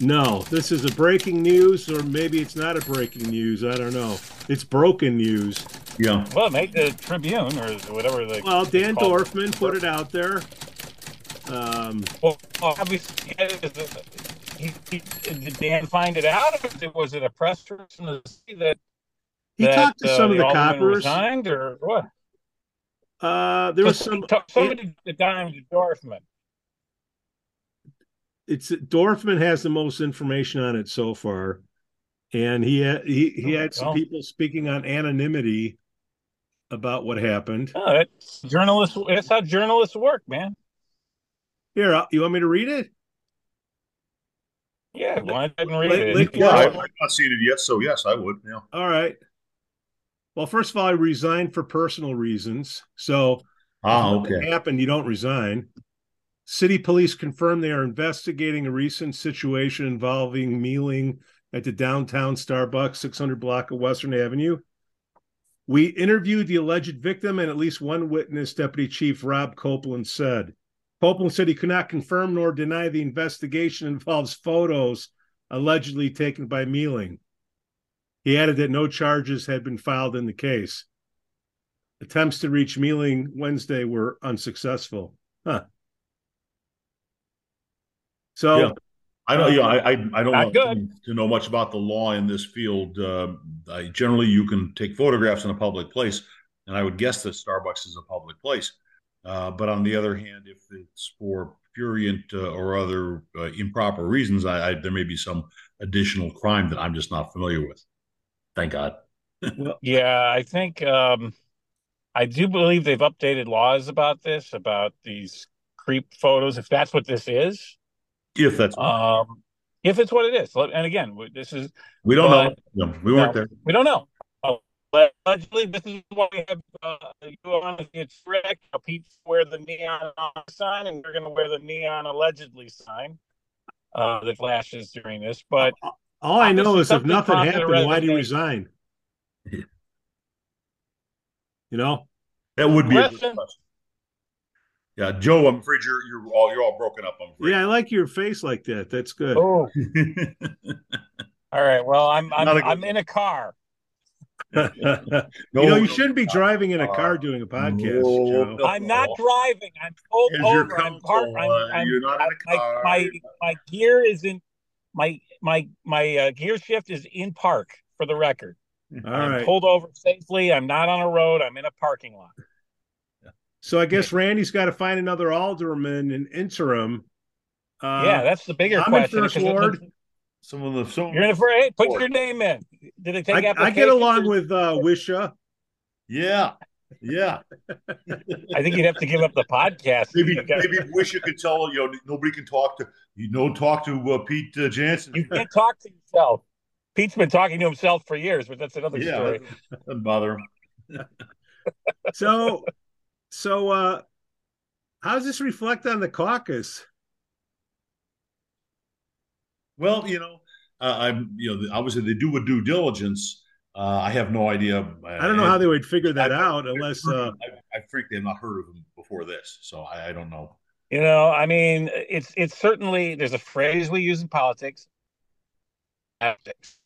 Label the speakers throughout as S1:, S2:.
S1: No, this is a breaking news, or maybe it's not a breaking news. I don't know. It's broken news.
S2: Yeah.
S3: Well, make the Tribune or whatever the.
S1: Well, Dan
S3: it's called.
S1: Dorfman put it out there. Um,
S3: Well, obviously, yeah, it was a- he, he, did Dan find it out? Or was it- was it a press release from the city that
S1: he
S3: that,
S1: talked to
S3: uh,
S1: some of the
S3: alderman
S1: coppers.
S3: resigned or what?
S1: Uh, there was
S3: So-
S1: some.
S3: so- somebody the dime to Dorfman.
S1: It's Dorfman has the most information on it so far, and he had, he he
S3: Oh,
S1: had some
S3: well.
S1: people speaking on anonymity about what happened.
S3: No, that's journalists. That's how journalists work, man.
S1: Here, I'll- you want me to read it?
S3: Yeah, well, I didn't read
S1: Let-
S3: it.
S1: let-
S2: Yeah, I,
S1: Yeah.
S2: I've not seen it yet, so yes, I would. Yeah.
S1: All right. Well, first of all, I resigned for personal reasons. So
S2: Ah,
S1: If
S2: okay.
S1: it happened, you don't resign. City police confirm they are investigating a recent situation involving mealing at the downtown Starbucks, 600 block of Western Avenue. We interviewed the alleged victim and at least one witness, Deputy Chief Rob Copeland said. Copeland said he could not confirm nor deny the investigation involves photos allegedly taken by Mealing. He added that no charges had been filed in the case attempts to reach Mealing Wednesday were unsuccessful. Huh. So
S2: Yeah. I don't. Yeah, I. I, I don't
S3: Not
S2: know, to know much about the law in this field. Uh, I, generally, you can take photographs in a public place, and I would guess that Starbucks is a public place. Uh, but on the other hand, if it's for prurient uh, or other uh, improper reasons, I, I there may be some additional crime that I'm just not familiar with. Thank God.
S3: Yeah, I think um, I do believe they've updated laws about this, about these creep photos, if that's what this is.
S2: If that's
S3: Um, if it's what it is, Let- and again, we- this is
S2: we don't
S3: but-
S2: know. No, we weren't
S3: No.
S2: there.
S3: we don't know. Uh, but allegedly, this is why we have uh, you on it's Rick. uh, People wear the neon sign, and we're going to wear the neon allegedly sign uh, that flashes during this. But
S1: all I know
S3: obviously
S1: is if
S3: something
S1: nothing
S3: prompted a
S1: happened, why do you resign?
S3: resignation.
S2: Yeah.
S1: You know,
S2: That would be. A good
S3: Question?
S2: question. Yeah, Joe. I'm afraid you're you're all you're all broken up. I'm afraid.
S1: yeah, I like your face like that. That's good.
S3: oh, all right. Well, I'm I'm,
S2: Not a good-
S3: I'm in a car.
S2: No,
S1: you know, you
S2: no, Uh,
S1: shouldn't be driving in a car doing a podcast.
S2: no,
S1: Joe.
S2: no.
S3: I'm not driving. I'm pulled
S2: Here's your
S3: over. I'm
S2: console,
S3: parked. I'm,
S2: uh,
S3: I'm,
S2: you're not in a
S3: I-
S2: car.
S3: My, my my gear is in my my my uh, gear shift is in park. For the record,
S1: All
S3: I'm
S1: right.
S3: pulled over safely. I'm not on a road. I'm in a parking lot.
S1: So I guess Randy's got to find another alderman in interim. Uh,
S3: yeah, that's the bigger
S1: I'm in
S3: question.
S1: first
S3: 'cause it's-
S1: ward.
S2: Some of the some,
S3: You're in for hey, put
S2: Ward.
S3: your name in. Did they take
S1: I, I
S3: applications?
S1: get along with uh, Wisha.
S2: yeah, yeah.
S3: I think you'd have to give up the podcast.
S2: Maybe
S3: you, got-
S2: maybe wish you could tell you know nobody can talk to you. No talk to uh, Pete uh, Jansen.
S3: you can't talk to yourself. Pete's been talking to himself for years, but that's another
S2: yeah,
S3: story.
S2: that doesn't bother him.
S1: so so uh how does this reflect on the caucus
S2: Well, you know, uh, I'm you know obviously they do a due diligence. Uh, I have no idea.
S1: i don't know how they would figure that out unless uh
S2: I, I frankly have not heard of him before this, so I, I don't know.
S3: You know, I mean, it's it's certainly there's a phrase we use in politics. Tactics.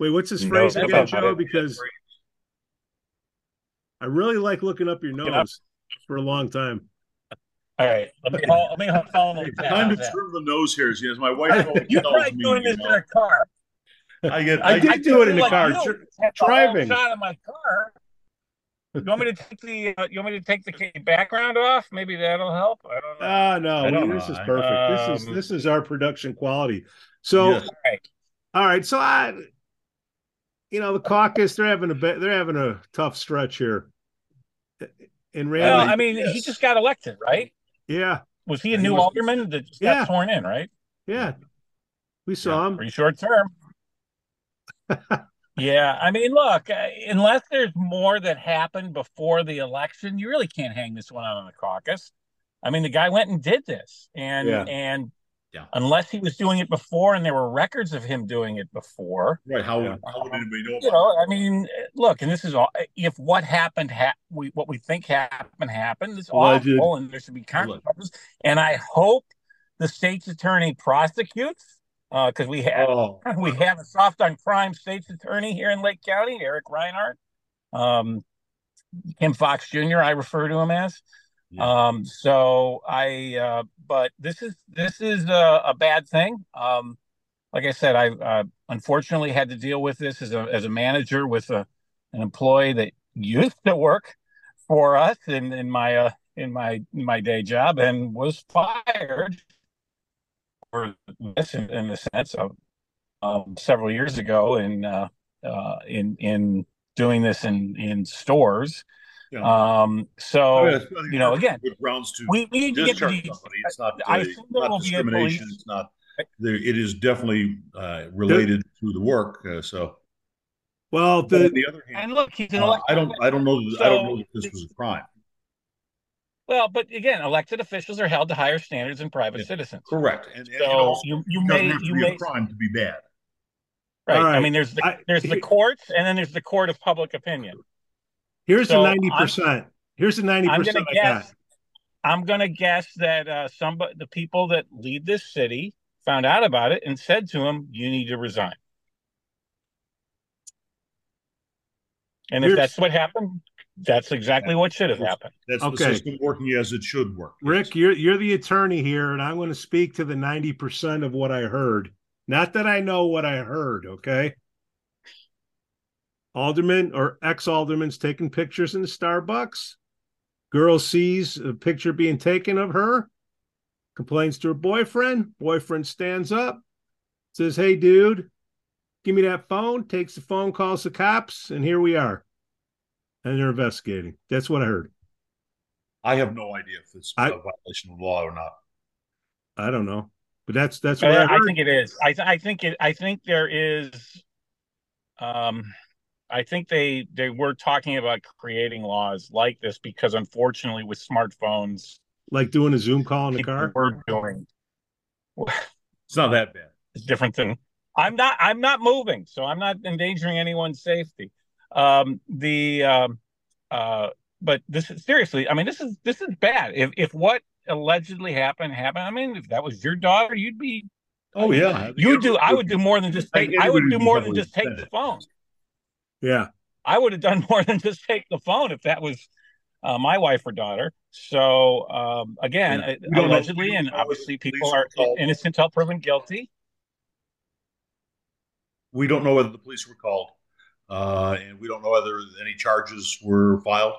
S1: wait what's this
S2: No,
S1: phrase
S3: that's
S1: again
S3: about
S1: joe
S3: it.
S1: because i really like looking up your
S3: it up.
S1: nose for a long time
S3: All right, let me call, let me call them.
S2: Time to trim the nose hairs. Yes, my wife. always
S3: You're
S2: tells
S3: probably
S2: me,
S3: doing
S2: you
S3: this in
S2: know.
S3: a car.
S2: I get.
S1: I
S2: I,
S1: did
S2: get.
S1: do it in the
S3: Like,
S1: car,
S3: you don't
S1: dr-
S3: have the whole
S1: driving.
S3: Shot of my car. You want me to take the? Uh, you want me to take the background off? Maybe that'll help. Uh, I don't know.
S1: ah no
S2: I don't
S1: we- this
S2: know.
S1: is perfect this is
S3: Um,
S1: this is our production quality so
S2: Yes.
S1: all right so i you know the caucus they're having a bit they're having a tough stretch here and randy
S3: well, I mean, he
S2: yes.
S3: just got elected, right?
S1: yeah
S3: Was he a
S2: He
S3: new
S2: was-
S3: alderman that just
S1: Yeah.
S3: got sworn in? Right?
S1: yeah we saw him
S3: pretty short term. yeah, I mean, look, uh, unless there's more that happened before the election, you really can't hang this one out on the caucus. I mean, the guy went and did this, and
S1: Yeah.
S3: and
S2: Yeah.
S3: unless he was doing it before, and there were records of him doing it before,
S2: Right? How,
S1: Yeah.
S2: how would anybody know?
S3: you
S2: about
S3: know, I mean, uh, look, and this is all if what happened, ha- we what we think happened happened. It's
S2: Alleged.
S3: awful, and there should be
S2: Alleged.
S3: consequences. And I hope the state's attorney prosecutes because we have
S2: Oh,
S3: we have a soft on crime state's attorney here in Lake County, Eric Reinhardt. Um, Kim Fox Jr. I refer to him as.
S2: Yeah.
S3: Um, so I, uh, but this is this is a, a bad thing. Um, like I said, I uh, unfortunately had to deal with this as a as a manager with a an employee that used to work for us in in my uh, in my in my day job and was fired for this in, in the sense of um, several years ago in uh, uh, in in doing this in in stores.
S2: Yeah.
S3: Um, so
S2: I think
S3: you know,
S2: that's
S3: again,
S2: good grounds to
S3: we, we need to get to
S2: discharge
S3: the
S2: somebody. It's not,
S3: I
S2: uh,
S3: assume there
S2: not
S3: will be a
S2: discrimination.
S3: police-
S2: It's not. There, it is definitely uh, related to the work. Uh, so,
S1: Well,
S2: but on
S1: the
S2: the other hand,
S3: and look, he's an
S2: uh,
S3: elected
S2: I don't. I don't know. that- I don't know that this
S3: So-
S2: was a crime.
S3: well, but again, elected officials are held to higher standards than private
S2: Yeah.
S3: citizens.
S2: Correct. And, and
S3: So
S2: also,
S3: you, you
S2: it doesn't
S3: may
S2: have to
S3: you
S2: be a
S3: may
S2: crime to be bad.
S3: right.
S1: All right.
S3: I mean, there's the
S1: I-
S3: there's the courts, and then there's the court of public opinion.
S1: here's
S3: so
S1: the
S3: I'm-
S1: ninety percent. Here's the ninety
S3: I'm gonna
S1: percent I got.
S3: guess. I'm gonna guess that uh, some the people that lead this city found out about it and said to him, "You need to resign." And if
S1: Here's-
S3: that's what happened, that's exactly what should have happened.
S2: That's
S1: Okay.
S2: the system working as it should work.
S1: Rick, you're you're the attorney here, and I'm going to speak to the ninety percent of what I heard. Not that I know what I heard. Okay. Alderman or ex alderman's taking pictures in the Starbucks. Girl sees a picture being taken of her, complains to her boyfriend. Boyfriend stands up, says, "Hey, dude, give me that phone." Takes the phone, calls the cops, and here we are. And they're investigating. That's what I heard.
S2: I have no idea if it's
S1: I-
S2: a violation of law or not.
S1: I don't know, but that's that's what
S3: Uh,
S1: I
S3: I
S1: heard.
S3: think it is. I, th- I think it. I think there is. Um, I think they they were talking about creating laws like this because unfortunately with smartphones,
S1: like doing a Zoom call in the
S3: people
S1: car.
S3: were doing
S2: It's not that bad.
S3: It's different than I'm not I'm not moving, so I'm not endangering anyone's safety. Um the um uh but this is seriously, I mean this is this is bad. If if what allegedly happened happened, I mean if that was your daughter, you'd be
S2: Oh yeah,
S3: you would do I would do more than just
S2: I
S3: take I would
S2: agree
S3: do
S2: with
S3: more
S2: you
S3: than
S2: heavily
S3: just take
S2: with
S3: the
S2: that.
S3: phone.
S1: Yeah,
S3: I would have done more than just take the phone if that was uh, my wife or daughter. So um, again,
S2: Yeah.
S3: uh,
S2: We don't know- we
S3: allegedly,
S2: don't
S3: and
S2: know
S3: obviously,
S2: if the
S3: people
S2: police
S3: are
S2: were called.
S3: innocent until proven guilty.
S2: We don't know whether the police were called, uh, and we don't know whether any charges were filed.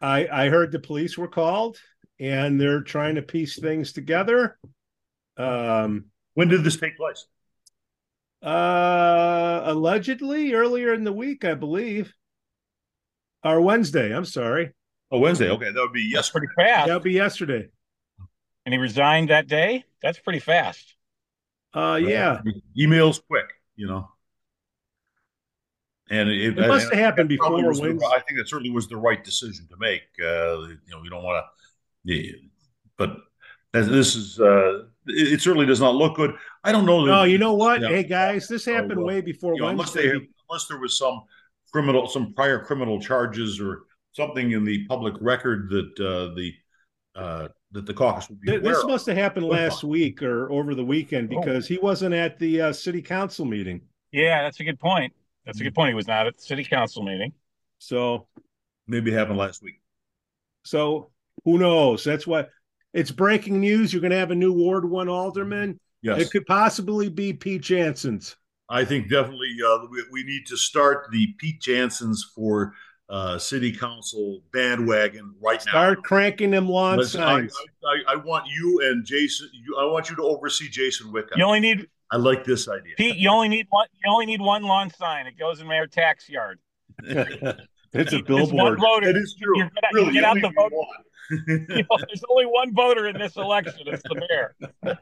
S1: I I heard the police were called and they're trying to piece things together. Um,
S2: When did this take place?
S1: uh, allegedly earlier in the week, I believe, or Wednesday. I'm sorry,
S2: Oh, Wednesday. Okay, that would be
S3: That's
S2: yes.
S3: pretty fast.
S1: that'll be yesterday.
S3: And he resigned that day. That's pretty fast.
S1: Uh, yeah,
S2: Emails quick, you know. And it,
S1: it must have happened
S2: Probably
S1: before
S2: was the-
S1: Wednesday.
S2: I think that certainly was the right decision to make. Uh, you know, you don't want to, yeah, but as this is, uh, it, it certainly does not look good. I don't know. that-
S1: No, Oh, you know what?
S2: Yeah. Oh,
S1: Hey guys, this happened
S2: well,
S1: way before
S2: you know, unless they,
S1: Wednesday.
S2: have- unless there was some criminal, some prior criminal charges or something in the public record that uh, the uh, that the caucus would be
S1: Th-
S2: aware
S1: This
S2: of.
S1: must have happened last week or over the weekend
S3: Oh.
S1: because he wasn't at the uh, city council meeting.
S3: Yeah, that's a good point. That's a good point. He was not at the city council meeting.
S1: So
S2: Maybe it happened last week.
S1: So who knows? That's what it's breaking news. You're going to have a new Ward One alderman.
S2: Yes,
S1: It could possibly be Pete Jansen's.
S2: I think definitely uh, we, we need to start the Pete Jansen's for uh, city council bandwagon right now.
S1: Start cranking them lawn
S2: Listen, I,
S1: signs.
S2: I, I want you and Jason. You, I want you to oversee Jason Wickham.
S3: You only need
S2: I like this idea.
S3: Pete. You only need one. You only need one lawn sign. It goes in Mayor Tax Yard.
S1: it's a
S3: There's one
S1: billboard.
S3: voter.
S2: That is true.
S3: You're gonna-
S2: really,
S3: get out
S2: only
S3: the vote.
S2: one.
S3: You know, there's only one voter in this election. It's the mayor.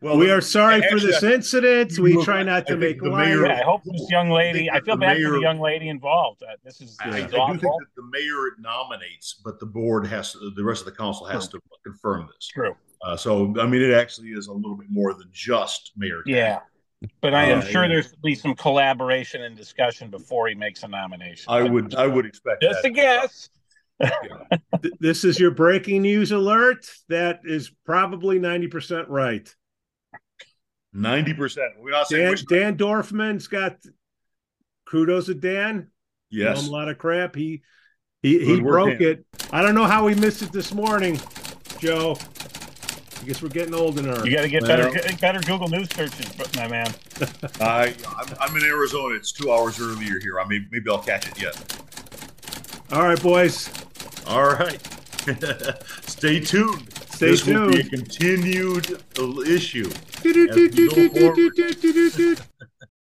S2: well,
S1: we are sorry for
S2: Actually,
S1: this incident.
S2: you
S1: We
S2: look
S1: try
S2: like-
S1: not
S2: I
S1: to
S2: think
S1: make
S2: the
S1: light.
S2: mayor-
S3: Yeah, I hope this young lady. I feel
S2: The
S3: bad for
S2: mayor-
S3: the young lady involved. Uh, this is,
S2: I, I
S3: this is
S2: do think
S3: awful.
S2: that the mayor nominates, but the board has to, the rest of the council has to confirm this.
S3: True.
S2: Uh, so, I mean, it actually is a little bit more than just mayor.
S3: Yeah, but I am
S2: Uh,
S3: sure
S2: yeah.
S3: there's at least some collaboration and discussion before he makes a nomination.
S2: I would, I would expect
S3: Just
S2: that.
S3: a guess.
S1: Th- this is your breaking news alert. That is probably 90% right.
S2: Ninety percent. We all say
S1: Dan,
S2: which-
S1: Dan Dorfman's got kudos to Dan. Tell him
S2: yes.
S1: A lot of crap. He he, he
S2: Good work,
S1: broke
S2: Dan.
S1: it. I don't know how we missed it this morning, Joe. I guess we're getting old in our
S3: You got to get better,
S2: Well-
S3: get better Google News searches, but my man.
S2: I, I'm, I'm in Arizona. It's two hours earlier here. I may, maybe I'll catch it yet.
S1: All right, boys.
S2: All right. Stay tuned.
S1: Stay
S2: this will be a
S1: tuned.
S2: continued issue.
S1: Do, do, do, do, do, do, do, do, do, do.